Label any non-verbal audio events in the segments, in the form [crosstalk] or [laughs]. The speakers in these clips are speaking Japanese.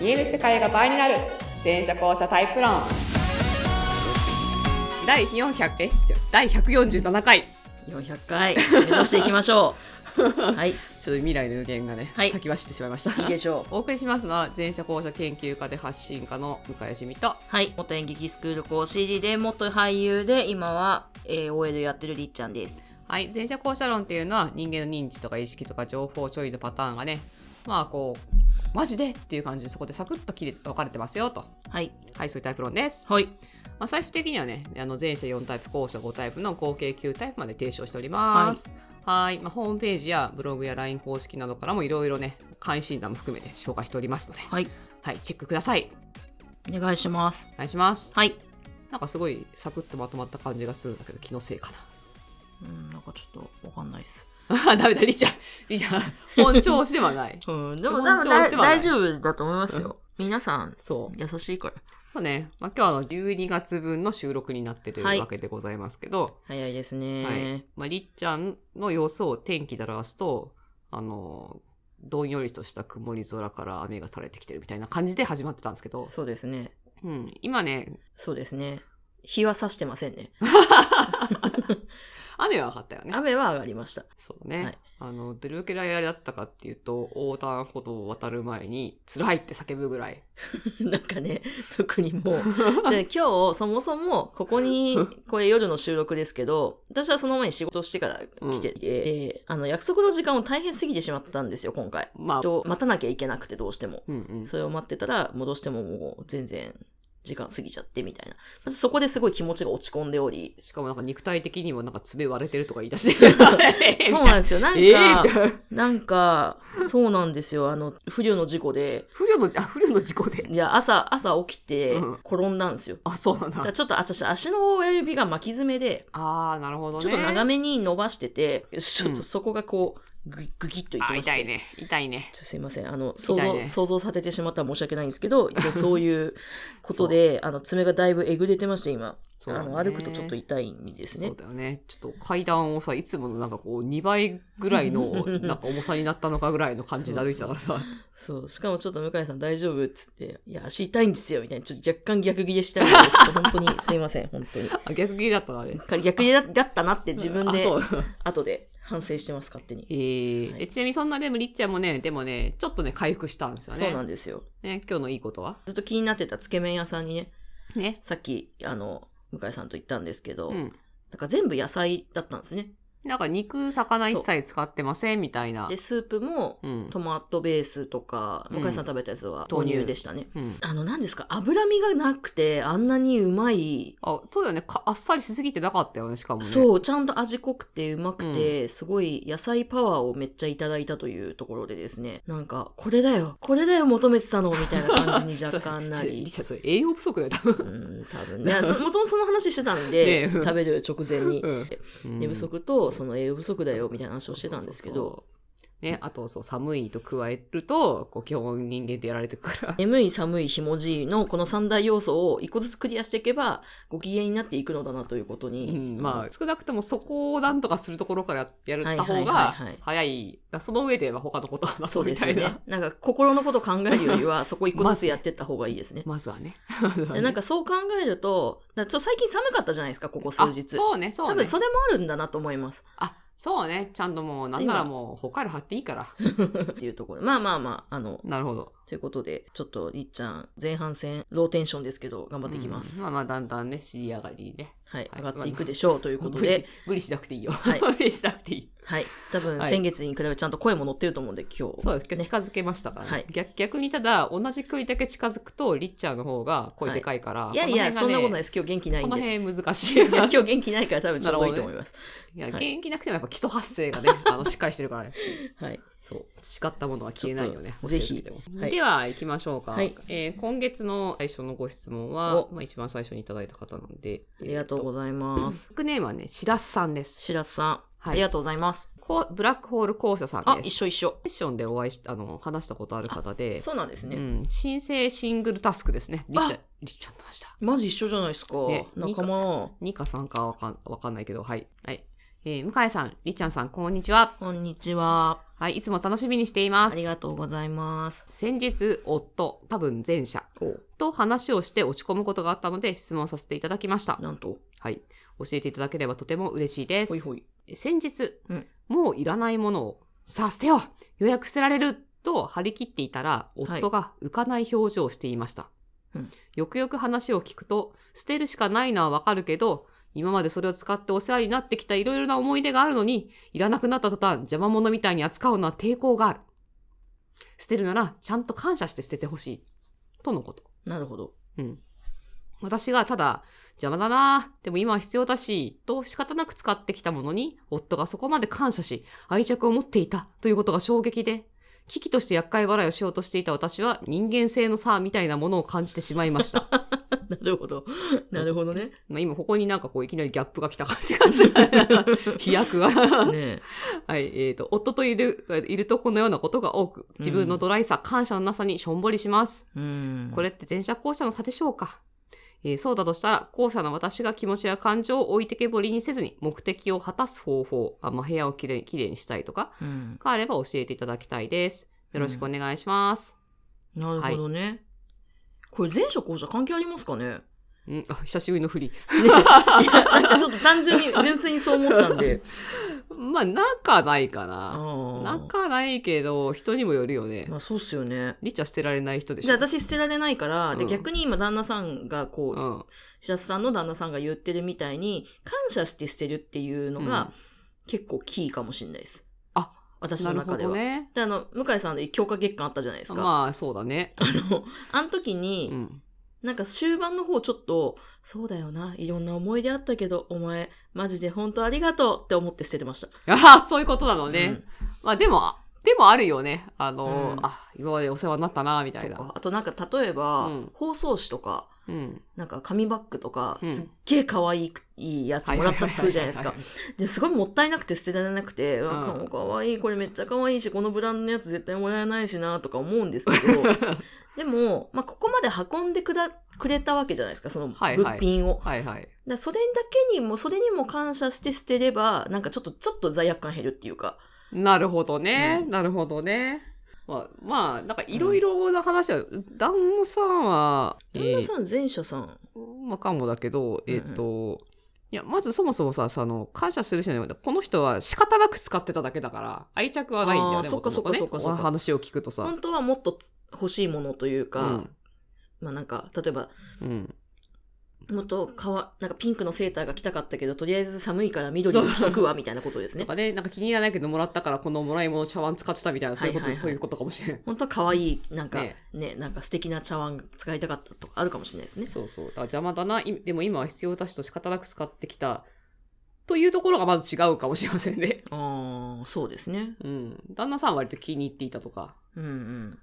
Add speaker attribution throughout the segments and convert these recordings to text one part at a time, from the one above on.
Speaker 1: 見える世界が倍になる全車交差タイプ論第400え違う第147回
Speaker 2: 400回目指していきましょうはい
Speaker 1: ちょっと未来の予言がね、
Speaker 2: はい
Speaker 1: 先走ってしまいました
Speaker 2: いいでしょ
Speaker 1: [laughs]
Speaker 2: う
Speaker 1: お送りしますのは前者後者研究家で発信家の向井しみと
Speaker 2: はい元演劇スクール講 CD で元俳優で今は、えー、OL やってるりっちゃんです
Speaker 1: はい前者後者論っていうのは人間の認知とか意識とか情報処理のパターンがねまあこうマジでっていう感じでそこでサクッと切れて分かれてますよと
Speaker 2: はい
Speaker 1: はいそういうタイプ論です、
Speaker 2: はい
Speaker 1: まあ、最終的にはねあの前者4タイプ後者5タイプの合計9タイプまで提唱しておりますはいまあ、ホームページやブログや LINE 公式などからもいろいろね関心談も含めて紹介しておりますので
Speaker 2: はい
Speaker 1: はいチェックください
Speaker 2: お願いします
Speaker 1: お願いします
Speaker 2: はい
Speaker 1: なんかすごいサクッとまとまった感じがするんだけど気のせいか
Speaker 2: うんなんかちょっとわかんないです
Speaker 1: な。 [laughs] あダメだ、リチャ。リチャ、本調子ではない。
Speaker 2: うん
Speaker 1: で
Speaker 2: で
Speaker 1: も
Speaker 2: も
Speaker 1: でも大
Speaker 2: 大
Speaker 1: 大
Speaker 2: 丈夫だと思いますす
Speaker 1: よ
Speaker 2: よ、皆さん
Speaker 1: そう。
Speaker 2: 優しいから
Speaker 1: そうね。まあ、今日はあの12月分の収録になってる
Speaker 2: はい
Speaker 1: わけでございますけど、
Speaker 2: 早いです
Speaker 1: はい
Speaker 2: ね、
Speaker 1: まあ、りっちゃんの様子を天気で表すと、あの、どんよりとした曇り空から雨が垂れてきてるみたいな感じで始まってたんですけど、
Speaker 2: そうですね
Speaker 1: うん、今ね、
Speaker 2: そうですね日は差してませんね
Speaker 1: 雨は上がったよね。
Speaker 2: 雨は上がりました
Speaker 1: そうだね。
Speaker 2: はい
Speaker 1: あの、どれくらいあれだったかっていうと、横断歩道を渡る前に、辛いって叫ぶぐらい。
Speaker 2: [laughs] なん
Speaker 1: [laughs]
Speaker 2: かね、特にもう。じゃあ今日、そもそも、ここ
Speaker 1: [laughs]
Speaker 2: に、これ夜の収録ですけど、私はその前に仕事をしてから来てて、えーあの、約束の時間を大変過ぎてしまったんですよ、今回。
Speaker 1: まあ、
Speaker 2: と、待たなきゃいけなくてどうしても。
Speaker 1: うんうん。。
Speaker 2: それを待ってたら、戻してももう全然、時間過ぎちゃってみたいな。まずそこですごい気持ちが落ち込んでおり
Speaker 1: しかもなんか肉体的にもなんか爪割れてるとか言い出してる。
Speaker 2: そうなんですよ。なん
Speaker 1: [laughs] [laughs]
Speaker 2: か、
Speaker 1: えーみたいな
Speaker 2: なんか、そうなんですよ。あの、不慮の事故で、
Speaker 1: 不慮の、あ、不慮の事故で。
Speaker 2: いや、朝、朝起きて
Speaker 1: うん、
Speaker 2: 転んだんですよ。
Speaker 1: あ、そうなんだ
Speaker 2: さ。ちょっと私足の親指が巻き爪で、
Speaker 1: ああ、なるほどね。
Speaker 2: ちょっと長
Speaker 1: め
Speaker 2: めに伸ばしてて、ちょっ
Speaker 1: うん
Speaker 2: とそこがこう、ぐぐぎっといきま
Speaker 1: あ、
Speaker 2: して。
Speaker 1: 痛いね。痛いね。
Speaker 2: ちょっとすいません。あの、想
Speaker 1: 痛い
Speaker 2: 像、
Speaker 1: ね
Speaker 2: 想像させてしまったら申し訳ないんですけど、一応そういうことで、あの、爪がだいぶえぐれてまして、今。あ
Speaker 1: そうだね
Speaker 2: の、歩くとちょっと痛いんです
Speaker 1: そ
Speaker 2: ね
Speaker 1: う。だよね。ちょっと階段をさ、いつものなんかこう、2倍ぐらい
Speaker 2: [laughs]
Speaker 1: の、なんか重さになったのかぐらいの感じで歩いてたからさ。
Speaker 2: そう。しかもちょっと向井さん大丈夫っつって、いや、足痛いんですよ、みたいな。ちょっと若干逆ギレしたんで、ちょっと本当にすいません、本当に。
Speaker 1: あ、 [laughs] 逆ギレだったな、あれ。
Speaker 2: 逆ギレだだったなって自分
Speaker 1: あ
Speaker 2: で
Speaker 1: そ、
Speaker 2: [laughs]
Speaker 1: う。
Speaker 2: 後で反省してます、勝手に。
Speaker 1: えー
Speaker 2: はい
Speaker 1: えちなみにそんなでもりっちゃんもね、でもね、ちょっとね、回復したんですよね。
Speaker 2: そうなんですよ。
Speaker 1: ね今日のいいことは
Speaker 2: ずっと気になってたつけ麺屋さんにね、
Speaker 1: ね。
Speaker 2: さっき、あの、向井さんと言ったんですけど、
Speaker 1: うん。
Speaker 2: なんか全部野菜だったんですね。
Speaker 1: なんか肉、魚一切使ってませんみたいな
Speaker 2: で、。スープも
Speaker 1: うん。
Speaker 2: トマトベースとか、
Speaker 1: うん
Speaker 2: 向井さん食べたやつは
Speaker 1: 豆
Speaker 2: 豆
Speaker 1: 乳
Speaker 2: 乳でしたね。
Speaker 1: うん。
Speaker 2: あの、何ですか脂身がなくて、あんなにうまい、
Speaker 1: あ、そうだよね。かあっさりしすぎてなかったよね、しかもね。
Speaker 2: そう、ちゃんと味濃くてうまくて、すごい野菜パワーをめっちゃいただいたというところでですね、なんか、これだよ、これだよ求めてたの、みたいな感じに若干な
Speaker 1: [laughs]
Speaker 2: り
Speaker 1: リ。チャそれ栄養不足だよ、多
Speaker 2: [laughs]
Speaker 1: 分。
Speaker 2: うん、多分ね。いやそもともとその話してた
Speaker 1: [laughs]
Speaker 2: ん
Speaker 1: ね
Speaker 2: で、
Speaker 1: え
Speaker 2: 食べる直前に。
Speaker 1: うん
Speaker 2: 寝不足とその栄養不足だよみたいな話をしてたんですけど、
Speaker 1: そうそうそう。ね、あと、そう、寒いと加えると、こう、基本人間ってやられてくから。
Speaker 2: 眠い寒いひもじいのこの三大要素を一個ずつクリアしていけばご機嫌になっていくのだなということ
Speaker 1: う
Speaker 2: に、
Speaker 1: ん、まあ、少なくともそこをなんとかするところからやる
Speaker 2: はい
Speaker 1: た
Speaker 2: は
Speaker 1: 方
Speaker 2: いはい
Speaker 1: が
Speaker 2: はい
Speaker 1: 早い。その上で、まあ、他のことを話
Speaker 2: そ
Speaker 1: そう
Speaker 2: うで
Speaker 1: み
Speaker 2: す
Speaker 1: た
Speaker 2: よ
Speaker 1: いな。
Speaker 2: ねなんか心のこと考えるよりはそこ一個ずつやってった方がいいですね
Speaker 1: [laughs] まずはね。
Speaker 2: でなんかそう考えるとだからちょっと最近寒かったじゃないですかここ数
Speaker 1: あ
Speaker 2: 日、
Speaker 1: そうね、そう
Speaker 2: 多
Speaker 1: ね。
Speaker 2: 分それもあるんだなと思います
Speaker 1: あ、そうね。ちゃんともう、なんならもう、北海道貼っていいから。
Speaker 2: っていうところまあまあまああの
Speaker 1: なるほど。
Speaker 2: ということでちょっとりっちゃん前半戦ローテンションですけど頑張っていきます、
Speaker 1: うんまあまあ、だんだんね、尻上がりにね。
Speaker 2: はい
Speaker 1: はい
Speaker 2: 上がっていくでしょうということ
Speaker 1: 無理
Speaker 2: で、
Speaker 1: 無理しなくていいよ。
Speaker 2: は
Speaker 1: [laughs]
Speaker 2: い
Speaker 1: 無理しなくていい。
Speaker 2: はい。多分、
Speaker 1: はい
Speaker 2: 先月に比べてちゃんと声も乗ってると思うんで、今日。
Speaker 1: そうです。今日
Speaker 2: ね
Speaker 1: 近づけましたから、ね
Speaker 2: はい
Speaker 1: 逆。逆にただ、同じ距離だけ近づくと、リッチャーの方が声でかいから、
Speaker 2: いやいや、
Speaker 1: こ
Speaker 2: そ
Speaker 1: の
Speaker 2: んな
Speaker 1: 辺が
Speaker 2: ことない
Speaker 1: ね
Speaker 2: です。今日元気ない
Speaker 1: こ
Speaker 2: ん
Speaker 1: の
Speaker 2: で。い
Speaker 1: 辺難しい。
Speaker 2: や、今日元気ないから多分ちょうどいいと思います。
Speaker 1: いや、
Speaker 2: はい
Speaker 1: 現役なくてもやっぱ基礎発声が
Speaker 2: [laughs]
Speaker 1: ね、あの、しっかりしてるからね。
Speaker 2: はい。
Speaker 1: そう。誓ったものは消えないよね
Speaker 2: ちょ。っとぜひ
Speaker 1: 教えてくれても
Speaker 2: はい
Speaker 1: では、行きましょうか。
Speaker 2: はい
Speaker 1: えー今月の最初のご質問は
Speaker 2: お、
Speaker 1: まあ、一番最初にいただいた方なんで。
Speaker 2: ありがとう
Speaker 1: えー
Speaker 2: ございます。
Speaker 1: ニックネームはね、しらすさんです。
Speaker 2: 白洲さん、
Speaker 1: はい
Speaker 2: ありがとうございます。
Speaker 1: こうブラックホール校舎さんです。
Speaker 2: あ、一緒一緒。
Speaker 1: セッションでお会いしあの話したことある方で、
Speaker 2: そうなんです
Speaker 1: う
Speaker 2: ね。
Speaker 1: ん、新生シングルタスクですね。りっちゃん
Speaker 2: あ、
Speaker 1: りっちゃんの話だ。
Speaker 2: マジ一緒じゃないですか
Speaker 1: ね。
Speaker 2: 仲間。
Speaker 1: 2か3かわかんわかんないけど、はい。はい。えー向井さん、りっちゃんさん、こんにちは。
Speaker 2: こんにちは。
Speaker 1: はい、いつも楽しみにしていま
Speaker 2: あ
Speaker 1: す。
Speaker 2: りがとうございます。
Speaker 1: 先日、夫、多分前者
Speaker 2: お
Speaker 1: と話をして落ち込むことがあったので質問させていただきました。
Speaker 2: なんと、
Speaker 1: はい。教えていただければとても嬉しいです。
Speaker 2: ほいほい。
Speaker 1: 先日、
Speaker 2: うん
Speaker 1: もういらないものを、さあ捨てよう予約捨てられると張り切っていたら、
Speaker 2: はい
Speaker 1: 夫が浮かない表情をしていました。
Speaker 2: うん
Speaker 1: よくよく話を聞くと、捨てるしかないのはわかるけど、今までそれを使ってお世話になってきたいろいろな思い出があるのに、いらなくなった途端邪魔者みたいに扱うのは抵抗がある。捨てるならちゃんと感謝して捨ててほしい。とのこと。
Speaker 2: なるほど。 [laughs]
Speaker 1: うん。私がただ、邪魔だなでも今は必要だし、と仕方なく使ってきたものに、夫がそこまで感謝し、愛着を持っていたということが衝撃で、危機として厄介払いをしようとしていた私は人間性の差みたいなものを感じてしまいました。
Speaker 2: なる
Speaker 1: [laughs]
Speaker 2: ほど。なるほどね。
Speaker 1: まあ今ここになんかこういきなりギャップが来た感じがす
Speaker 2: [laughs]
Speaker 1: る。飛躍が。は
Speaker 2: ね
Speaker 1: い。えっ、と、夫といる、いるとこのようなことが多く、自分のドライさ、感謝のなさにしょんぼりします。
Speaker 2: うん。
Speaker 1: これって前者後者の差でしょうか、えーそうだとしたら、後者の私が気持ちや感情を置いてけぼりにせずに目的を果たす方法、あまあ、部屋をきれいきれいにしたいとか、
Speaker 2: うん。
Speaker 1: があれば教えていただきたいです。よろしくお願いします。
Speaker 2: なるほどね。これ前者後者関係ありますかね
Speaker 1: うん、あ久しぶりの振り。 [laughs]
Speaker 2: ねいやなんか [laughs] ちょっと単純に、純粋にそう思った
Speaker 1: [laughs]
Speaker 2: んで。
Speaker 1: まあ、なかないかな。
Speaker 2: ああ。
Speaker 1: なかないけど、人にもよるよね
Speaker 2: ま。あそうっすよね。
Speaker 1: リチャ捨てられない人でし
Speaker 2: じゃ
Speaker 1: ょ。
Speaker 2: あ私捨てられないから、で
Speaker 1: うん
Speaker 2: 逆に今旦那さんがこう、
Speaker 1: うん。
Speaker 2: 白洲さんの旦那さんが言ってるみたいに、感謝して捨てるっていうの
Speaker 1: うん
Speaker 2: が結構キーかもしれないです。
Speaker 1: あ、
Speaker 2: 私
Speaker 1: な
Speaker 2: の
Speaker 1: る
Speaker 2: 中
Speaker 1: ほ
Speaker 2: で
Speaker 1: ど
Speaker 2: は。
Speaker 1: ね。
Speaker 2: で、あの、向井さんの強化月間あったじゃないですか。あ、
Speaker 1: まあ、そうだね。
Speaker 2: の、あの時に、
Speaker 1: うん。
Speaker 2: なんか終盤の方ちょっと、そうだよな、いろんな思い出あったけど、お前、マジで本当ありがとうって思って捨ててました。
Speaker 1: ああ、そういうことなのね。
Speaker 2: うん
Speaker 1: まあでも、あでもあるよね。あの、
Speaker 2: うん
Speaker 1: あ、今までお世話になったな、みたい
Speaker 2: とか
Speaker 1: な。
Speaker 2: あとなんか例えば、
Speaker 1: うん
Speaker 2: 包装紙とか、
Speaker 1: うん。
Speaker 2: なんか紙バッグとか、
Speaker 1: うん
Speaker 2: すっげえ可愛いくいいやつもらったりするじゃないですか
Speaker 1: は。は
Speaker 2: ですごいもったいなくて捨てられなくて、うわ
Speaker 1: うん
Speaker 2: かわいい、これめっちゃ可愛いし、このブランドのやつ絶対もらえないしな、とか思うんです
Speaker 1: [laughs]
Speaker 2: けど、でも、まあ、ここまで運んでくだくれたわけじゃないですか、その物
Speaker 1: はいはい
Speaker 2: 品を。
Speaker 1: いはいはいはい。
Speaker 2: だからそれだけにも、それにも感謝して捨てれば、なんかちょっと、ちょっと罪悪感減るっていうか、
Speaker 1: なるほどね。
Speaker 2: う
Speaker 1: なるほどね。まあ、まあ、なんかいろいろな話は、旦那さんは、
Speaker 2: 旦那さん、前者さん。
Speaker 1: えーまあ、かもだけど、
Speaker 2: うん
Speaker 1: えっ、と、いや、まずそもそもさ、その、感謝する人じゃないこの人は仕方なく使ってただけだから、愛着はないんだよ
Speaker 2: あー
Speaker 1: ね。
Speaker 2: そっか
Speaker 1: 元々ね
Speaker 2: そっかそっかそっか
Speaker 1: お話を聞くとさ。
Speaker 2: 本当はもっと欲しいものという
Speaker 1: う
Speaker 2: か、
Speaker 1: ん。
Speaker 2: まあなんか、例えば、
Speaker 1: うん。
Speaker 2: もっとかわ、なんかピンクのセーターが着たかったけど、とりあえず寒いから緑にしとくわ、みたいなことです
Speaker 1: と
Speaker 2: ね。
Speaker 1: かね、なんか気に入らないけどもらったから、このもらい物茶碗使ってたみたいな、そういうこと、
Speaker 2: はいはいはい
Speaker 1: そういうことかもしれない。
Speaker 2: 本当は可愛い、なんか
Speaker 1: ね
Speaker 2: ね、なんか素敵な茶碗使いたかったとかあるかもしれないですね。
Speaker 1: そうそう。だから邪魔だな。いでも今は必要だしと仕方なく使ってきた。というところがまず違うかもしれませんね。
Speaker 2: ああ、そうですね。
Speaker 1: うん。旦那さんは割と気に入っていたとか。
Speaker 2: うんうん。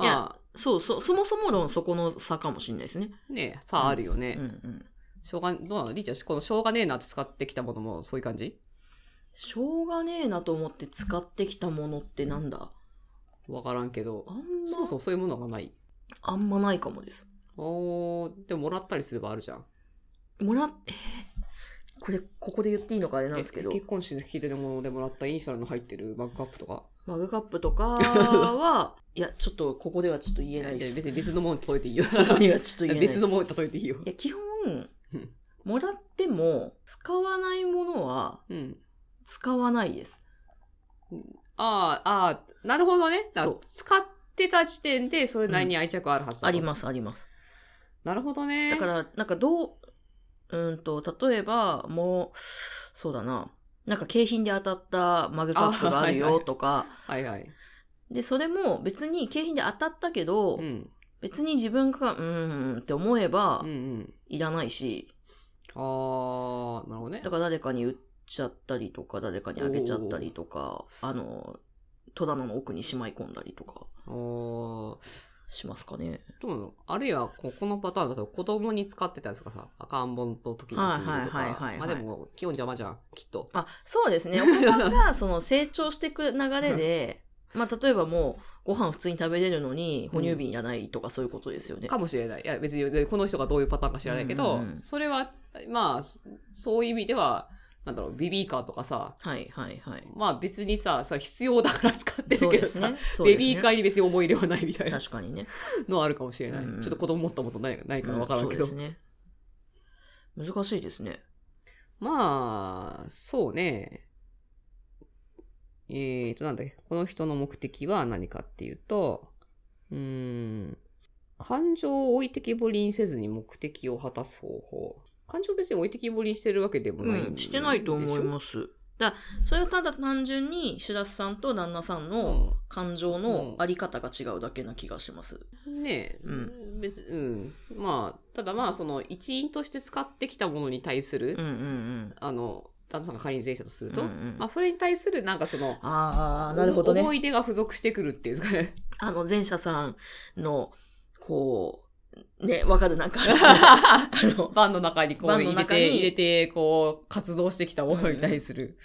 Speaker 2: いや
Speaker 1: ま
Speaker 2: そうそう、そもそも論そこの差かもしれないですね。
Speaker 1: あ、ねさああるよ
Speaker 2: う
Speaker 1: ね
Speaker 2: ん。うん。
Speaker 1: しょうが、どうなのりーちゃん、このしょうがねえなって使ってきたものもそういう感じ
Speaker 2: しょうがねえなと思って使ってきたものってなんだ
Speaker 1: わからんけど
Speaker 2: あ。んま、
Speaker 1: そうそう、そういうものがない。
Speaker 2: あんまないかもです。
Speaker 1: おー、でももらったりすればあるじゃん。
Speaker 2: もらっ、えーこれ、ここで言っていいのかあれなんですけど
Speaker 1: え、結婚式の引き出物でもらったイニシャルの入ってるバッグカップとか。
Speaker 2: マグカップとか
Speaker 1: [laughs]
Speaker 2: は、いや、ちょっとここではちょっと言えないで
Speaker 1: 別
Speaker 2: す。
Speaker 1: に別のものに例えていいよ。
Speaker 2: ここではちょっと言えないです。
Speaker 1: 別のものに例えていいよ
Speaker 2: い。や、基本
Speaker 1: うん、
Speaker 2: もらっても、使わないものは、
Speaker 1: うん。
Speaker 2: 使わないです。
Speaker 1: ああ、ああ、なるほどね。だから
Speaker 2: そう
Speaker 1: 使ってた時点で、それなりに愛着あるはずだ、
Speaker 2: あります、あります。
Speaker 1: なるほどね。、
Speaker 2: だからら、なんかどう、うーんと、例えば、もう、そうだな、なんか景品で当たったマグカップ
Speaker 1: あ
Speaker 2: がある
Speaker 1: はい
Speaker 2: よ
Speaker 1: はい
Speaker 2: とか、
Speaker 1: はいはい。
Speaker 2: で、それも別に景品で当たったけど、
Speaker 1: うん。
Speaker 2: 別に自分が、うーんって思えば
Speaker 1: うんうん。
Speaker 2: いらないし、
Speaker 1: ああ、なるほどね
Speaker 2: だ。から誰かに売っちゃったりとか、誰かにあげちゃったりとか、あの、戸棚の奥にしまい込んだりとか
Speaker 1: おお
Speaker 2: しますかね。
Speaker 1: ー、どうなのあるいは、ここのパターンだと、子供に使ってたやつがさ、赤ん坊の時に着るとか。
Speaker 2: はいはいはいはいはい
Speaker 1: まあでも、基本邪魔じゃん、きっと。
Speaker 2: あ、そうですね。お子さ
Speaker 1: [laughs]
Speaker 2: んが、その、成長していく流れで、まあ、例えばもう、ご飯普通に食べれるのに、
Speaker 1: うん
Speaker 2: 哺乳瓶いらないとか、そういうことですよね。
Speaker 1: かもしれない。いや、別に、この人がどういうパターンか知らないけど、
Speaker 2: うんうんうん
Speaker 1: それは、まあ、そそういう意味では、なんだろう、ビビーカーとかさ、
Speaker 2: はいはいはい。
Speaker 1: まあ別にさ、それ必要だから使って
Speaker 2: そ
Speaker 1: る
Speaker 2: う
Speaker 1: け
Speaker 2: で
Speaker 1: ど
Speaker 2: す
Speaker 1: さ、
Speaker 2: ね。そうで
Speaker 1: ベ
Speaker 2: すね
Speaker 1: ビーカーに別に思い入れはないみたいな
Speaker 2: 確かにね。
Speaker 1: のはあるかもしれない。
Speaker 2: うん
Speaker 1: ちょっと子供持ったことないないから分からんけど。
Speaker 2: うんそうですね。難しいですね。
Speaker 1: まあ、そうね。えーと、なんだっけ、この人の目的は何かっていうと、うーん、感情を置いてきぼりにせずに目的を果たす方法。感情別に置いてきぼりにしてるわけでもない
Speaker 2: うん、してないと思い
Speaker 1: す。
Speaker 2: ます。だそれはただ単純に、白須さんと旦那さんの感情のあり方が違うだけな気がします。
Speaker 1: うんねえ、
Speaker 2: う
Speaker 1: 別、うん。まあ、ただまあ、その一員として使ってきたものに対する、
Speaker 2: うんうんうん。
Speaker 1: あの、旦那さんが仮に前者とすると、
Speaker 2: うんうん
Speaker 1: まあ、それに対するなんかその、
Speaker 2: ああ、なるほどね
Speaker 1: 思。い出が付属してくるっていうんですか
Speaker 2: [laughs]
Speaker 1: ね。
Speaker 2: あの、前者さんの、こう、ね、わかる、 [laughs] なんか、あの、
Speaker 1: バンの中にこう
Speaker 2: バンの
Speaker 1: 入れ
Speaker 2: 中
Speaker 1: て、
Speaker 2: に
Speaker 1: 入れて、こう、活動してきたものに対する、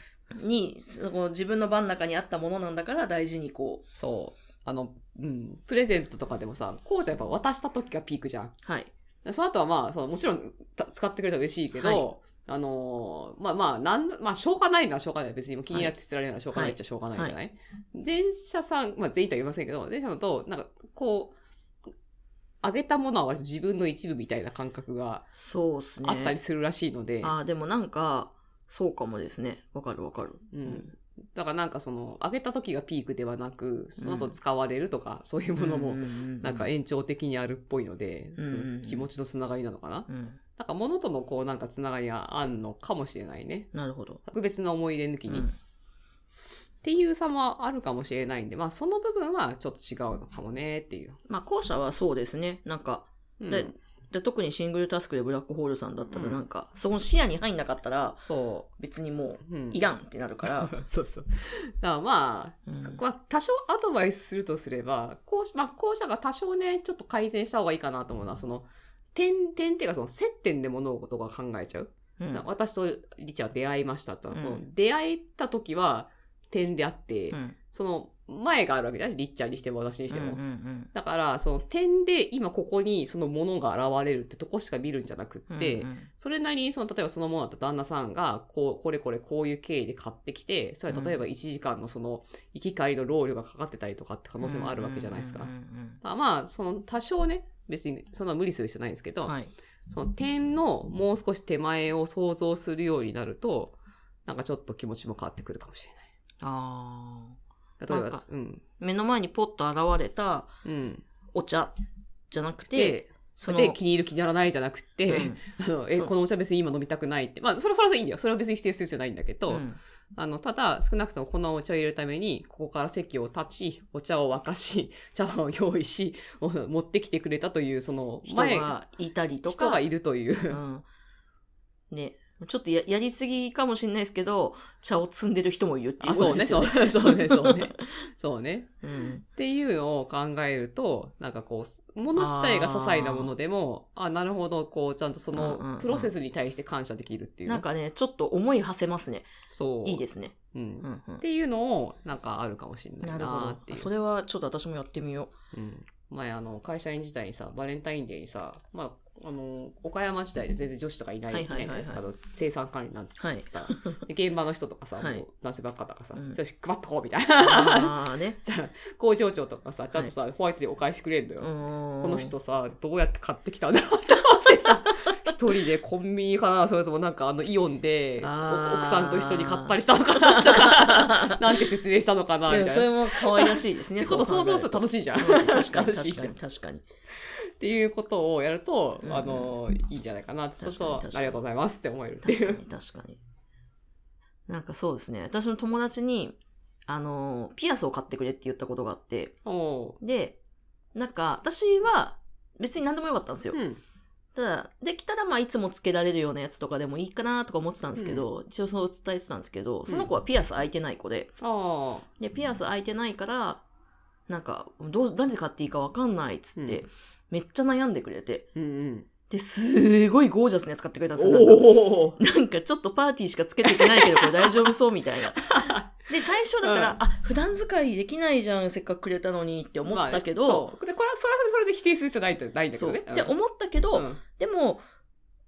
Speaker 2: に、その自分の番の中にあったものなんだから大事にこう、
Speaker 1: そう。あの、うん、プレゼントとかでもさ、こうじゃやっぱ渡した時がピークじゃん。
Speaker 2: はい。
Speaker 1: その後はまあ、そのもちろんた使ってくれたら嬉しいけど、あのーまあまあ、なん、まあ、しょうがないのはしょうがない。別にもう気になって捨てられるのはしょうがないっちゃしょうがないじゃない、前者さん、まあ全員とは言いませんけど、前者のと、なんか、こう、あげたものは割と自分の一部みたいな感覚が
Speaker 2: そうですね。
Speaker 1: あったりするらしいので、
Speaker 2: ああ、でもなんか、そうかもですね。わかるわかる。
Speaker 1: うんだからなんかその、あげた時がピークではなく、その後使われるとか、そういうものも、
Speaker 2: な
Speaker 1: なんか、延長的にあるっぽいので、
Speaker 2: うんうんうん
Speaker 1: その気持ちのつながりなのかな、
Speaker 2: うん、
Speaker 1: なんか物とのこうなんかつながりがあんのかもしれないね。
Speaker 2: なるほど。
Speaker 1: 特別な思い出抜きに。
Speaker 2: う
Speaker 1: っ
Speaker 2: ん
Speaker 1: ていう差もあるかもしれないんで、まあその部分はちょっと違うのかもねっていう。
Speaker 2: まあ、後者はそうですね。なんか、
Speaker 1: うん
Speaker 2: でで特にシングルタスクでブラックホールさんだったら、
Speaker 1: うん
Speaker 2: なんか、そこの視野に入んなかったら、
Speaker 1: そ
Speaker 2: 別にも
Speaker 1: う。うん
Speaker 2: う、いらんってなるから。
Speaker 1: [laughs] そうそう。だからま
Speaker 2: うん
Speaker 1: あ、まあ多少アドバイスするとすれば、後者、まあ、後者が多少ね、ちょっと改善した方がいいかなと思うのは、その、点、点っていうかその接点で物事が考えちゃう。
Speaker 2: うん
Speaker 1: な私とリチャは出会いましたと。
Speaker 2: うん
Speaker 1: この出会った時は点であって、
Speaker 2: うん
Speaker 1: その前があるわけじゃん。リッチャにしても私にして
Speaker 2: うん
Speaker 1: も。
Speaker 2: うん
Speaker 1: だから、その点で今ここにそのものが現れるってとこしか見るんじゃなく
Speaker 2: う
Speaker 1: っ
Speaker 2: ん
Speaker 1: て、
Speaker 2: うんうん
Speaker 1: それなりに、その、例えばそのものだった旦那さんが、こう、これこれこういう経緯で買ってきて、それは例えば1時間のその、行き帰りの労力がかかってたりとかって可能性もあるわけじゃないですか。
Speaker 2: うんうんうん
Speaker 1: まあまあ、その、多少ね、別にそんな無理する必要ないんですけ
Speaker 2: う
Speaker 1: ど、
Speaker 2: んはい。
Speaker 1: その点のもう少し手前を想像するようになると、なんかちょっと気持ちも変わってくるかもしれない。
Speaker 2: ああ。
Speaker 1: 例え
Speaker 2: なん
Speaker 1: ば
Speaker 2: か、
Speaker 1: うん。
Speaker 2: 目の前にポッと現れた
Speaker 1: うん。
Speaker 2: お茶じゃなくて、
Speaker 1: で、
Speaker 2: その
Speaker 1: で気に入る気にならないじゃなくて、
Speaker 2: うん
Speaker 1: あのえ
Speaker 2: そう
Speaker 1: このお茶別に今飲みたくないってまあそれはそれはいいんだよそれは別に否定する必要ないんだけど、
Speaker 2: うん
Speaker 1: あのただ少なくともこのお茶を入れるためにここから席を立ちお茶を沸かし [laughs] 茶碗を用意し [laughs] お持ってきてくれたというその
Speaker 2: 人
Speaker 1: 前
Speaker 2: がいたりとか、
Speaker 1: 人がいるという、
Speaker 2: うんね、ちょっとややりすぎかもしれないですけど、茶を摘んでる人もいるっていう
Speaker 1: あ
Speaker 2: こ
Speaker 1: そ
Speaker 2: と
Speaker 1: う
Speaker 2: で
Speaker 1: ね
Speaker 2: す
Speaker 1: そ
Speaker 2: よ
Speaker 1: う
Speaker 2: ね。 [laughs]
Speaker 1: ねそうねそうねそうね
Speaker 2: うん
Speaker 1: っていうのを考えるとなんかこうもの自体が些細なものでもあなるほどこうちゃんとそ
Speaker 2: うんうんう
Speaker 1: の
Speaker 2: ん
Speaker 1: プロセスに対して感謝できるっていう、
Speaker 2: なんかね、ちょっと思い馳せますね。
Speaker 1: そう、
Speaker 2: いいですすね。
Speaker 1: うん
Speaker 2: うんうん
Speaker 1: っていうのをなんかあるかもしれな
Speaker 2: ないるほど
Speaker 1: なー
Speaker 2: あ
Speaker 1: っていう。
Speaker 2: それはちょっと私もやって
Speaker 1: [laughs]
Speaker 2: みよ
Speaker 1: うん、前あの会社員時代にさバレンタインデーにさ、まあ、あの岡山時代で全然女子とかいない,、ね
Speaker 2: はいはいはいはい
Speaker 1: あの生産管理なんて言ってたら、で現場の人とかさ、
Speaker 2: はい
Speaker 1: もう男性ばっかだからさ「
Speaker 2: うん。
Speaker 1: ちょっと配っとこう」みたいうな [laughs]
Speaker 2: ああね。
Speaker 1: 工場長とかさちゃんとさ、ホワイトでお返しくれんのよ。
Speaker 2: こ
Speaker 1: こ
Speaker 2: の
Speaker 1: の。人さ、どうやって買ってきたんだろうと思って
Speaker 2: [laughs]
Speaker 1: さ、一人でコンビニかな、それともなんかあのイオンで、お
Speaker 2: あー
Speaker 1: 奥さんと一緒に買ったりしたのかなと
Speaker 2: [laughs]
Speaker 1: か、なんて説明したのかな、み
Speaker 2: で
Speaker 1: たい
Speaker 2: も
Speaker 1: な。
Speaker 2: それも可愛らしいです
Speaker 1: っ
Speaker 2: ね。
Speaker 1: てこと
Speaker 2: そう
Speaker 1: 想像
Speaker 2: 考える
Speaker 1: する
Speaker 2: と
Speaker 1: と楽しいじゃん。
Speaker 2: 確かに
Speaker 1: 楽しい
Speaker 2: 確
Speaker 1: じ
Speaker 2: か
Speaker 1: ゃん
Speaker 2: に確かに。
Speaker 1: っていうことをやると、
Speaker 2: うん
Speaker 1: あの、いいんじゃないかなって。そう
Speaker 2: 確
Speaker 1: す
Speaker 2: か
Speaker 1: る
Speaker 2: に
Speaker 1: と、
Speaker 2: 確か
Speaker 1: あ
Speaker 2: に
Speaker 1: りがとうございますって思えるって
Speaker 2: 確
Speaker 1: い
Speaker 2: か
Speaker 1: う。
Speaker 2: に確かに。なんかそうですね。私の友達に、あの、ピアスを買ってくれって言ったことがあって、
Speaker 1: [laughs] おう
Speaker 2: で、なんか、私は別に何でもよかったんですよ。
Speaker 1: うん。
Speaker 2: ただ、できたらまあいつもつけられるようなやつとかでもいいかなとか思ってたんですけど、一応そう伝えてたんですけど、その子はピアス開いてない子で、
Speaker 1: あ
Speaker 2: で、ピアス開いてないから、なんか、どう、誰で買っていいかわかんないっつって、
Speaker 1: うん
Speaker 2: めっちゃ悩んでくれて、
Speaker 1: あ。うんうん。
Speaker 2: で、すごいゴージャスなやつ買ってくれたんですよ。なんか
Speaker 1: おお
Speaker 2: なんかちょっとパーティーしかつけていけないけど、これ大丈夫そうみ
Speaker 1: [laughs]
Speaker 2: たいな。で、最初だから、
Speaker 1: うん
Speaker 2: あ、普段使いできないじゃん、せっかくくれたのにって思ったけど、
Speaker 1: そう。で、これは、それはそれで否定する必要ないと、ないんだけ
Speaker 2: そ
Speaker 1: ど
Speaker 2: う。
Speaker 1: ね。
Speaker 2: って思ったけど、
Speaker 1: うん
Speaker 2: でも、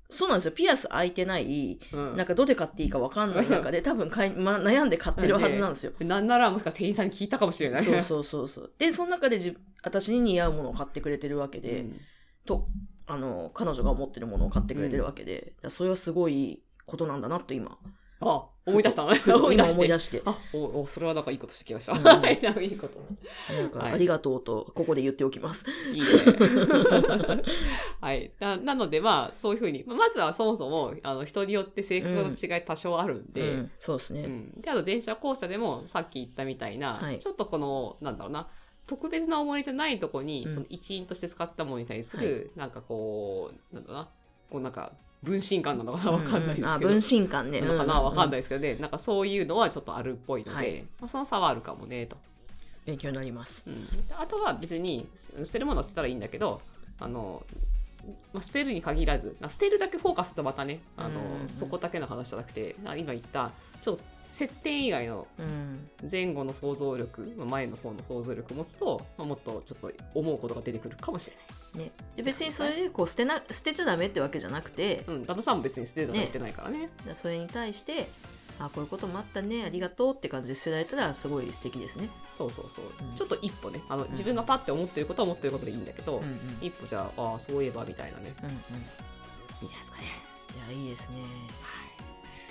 Speaker 2: そうなんですよ。ピアス開いてない、
Speaker 1: うん
Speaker 2: なんかどれ買っていいかわかんな
Speaker 1: う
Speaker 2: い
Speaker 1: ん
Speaker 2: 中で、多分買い、ま、悩んで買ってるはずなんですよ。
Speaker 1: なんならもしかしたら店員さんに聞いたかもしれない。
Speaker 2: そうそうそうそう。で、その中で自私に似合うものを買ってくれてるわけ
Speaker 1: う
Speaker 2: で、
Speaker 1: ん
Speaker 2: と、あの、彼女が思ってるものを買ってくれてるわけで、それはすごいことなんだなと今、
Speaker 1: あ、思い出した [laughs] のね。
Speaker 2: 今
Speaker 1: 思い出
Speaker 2: 思い
Speaker 1: して。
Speaker 2: 出して、
Speaker 1: あ、お、お、それはなんかいいことしてきました。
Speaker 2: うん
Speaker 1: [laughs] はい、なんかいいこと。
Speaker 2: なんか、
Speaker 1: はい
Speaker 2: ありがとうと、ここで言っておきます。
Speaker 1: いいね。はい。ななので、まあ、そういうふうに、まあまずはそもそも、あの、人によって性格の違い多少あるんで、
Speaker 2: うん、そうですね。
Speaker 1: うんであと前者後者でもさっき言ったみたいな、
Speaker 2: はい
Speaker 1: ちょっとこのなんだろうな特別な思いじゃないとこに、
Speaker 2: うん
Speaker 1: その一員として使ったものに対する、なんかこうなんだろうなこうなんか分身感なのかなわかんないですけど。
Speaker 2: うんあ分身感ね。
Speaker 1: なのかなわかんない
Speaker 2: い。
Speaker 1: ですけどね、なんかそういうのはちょっとあるっぽいので、
Speaker 2: はい
Speaker 1: まあ、その差はあるかもねと、
Speaker 2: 勉強になります。
Speaker 1: うん、あとは別に捨てるものは捨てたらいいんだけどあの、まあ、捨てるに限らずな捨てるだけフォーカスとまたねあの、
Speaker 2: うん
Speaker 1: そこだけの話じゃなくてな今言ったちょっと接点以外の
Speaker 2: うん。
Speaker 1: 前後の想像力まあ前の方の想像力を持つと、まあ、もっとちょっと思うことが出てくるかもしれない。
Speaker 2: ね。で別にそれでこう捨てな、捨てちゃダメってわけじゃなくて、
Speaker 1: うん、旦那さんも別に捨てたとか言ってないからね。
Speaker 2: それに対して、あ、こういうこともあったね、ありがとうって感じで捨てられたらすごい素敵ですね。
Speaker 1: そうそうそう、
Speaker 2: うん
Speaker 1: ちょっと一歩ねあの、
Speaker 2: ん
Speaker 1: 自分がパッて思ってることは思ってることでいいんだけど、
Speaker 2: うんうん。うん
Speaker 1: 一歩じゃああーそういえばみたいなね
Speaker 2: うん。い
Speaker 1: いいんじゃないですかね。
Speaker 2: や、いいですね。
Speaker 1: は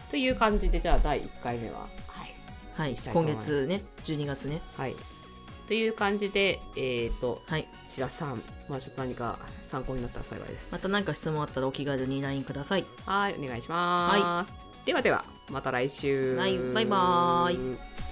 Speaker 1: い、という感じでじゃあ第1回目は。はい
Speaker 2: はい。
Speaker 1: きたいと
Speaker 2: 今
Speaker 1: 思います
Speaker 2: 月ね、12月ね。
Speaker 1: はい、という感じでえっ、と
Speaker 2: はい。
Speaker 1: 白洲さん、まあ、ちょっと何か参考になったら幸いです。
Speaker 2: また何か質問あったらお気軽に LINE ください。
Speaker 1: はい、お願いします。ではでは、また来週。
Speaker 2: はいバイバーイ。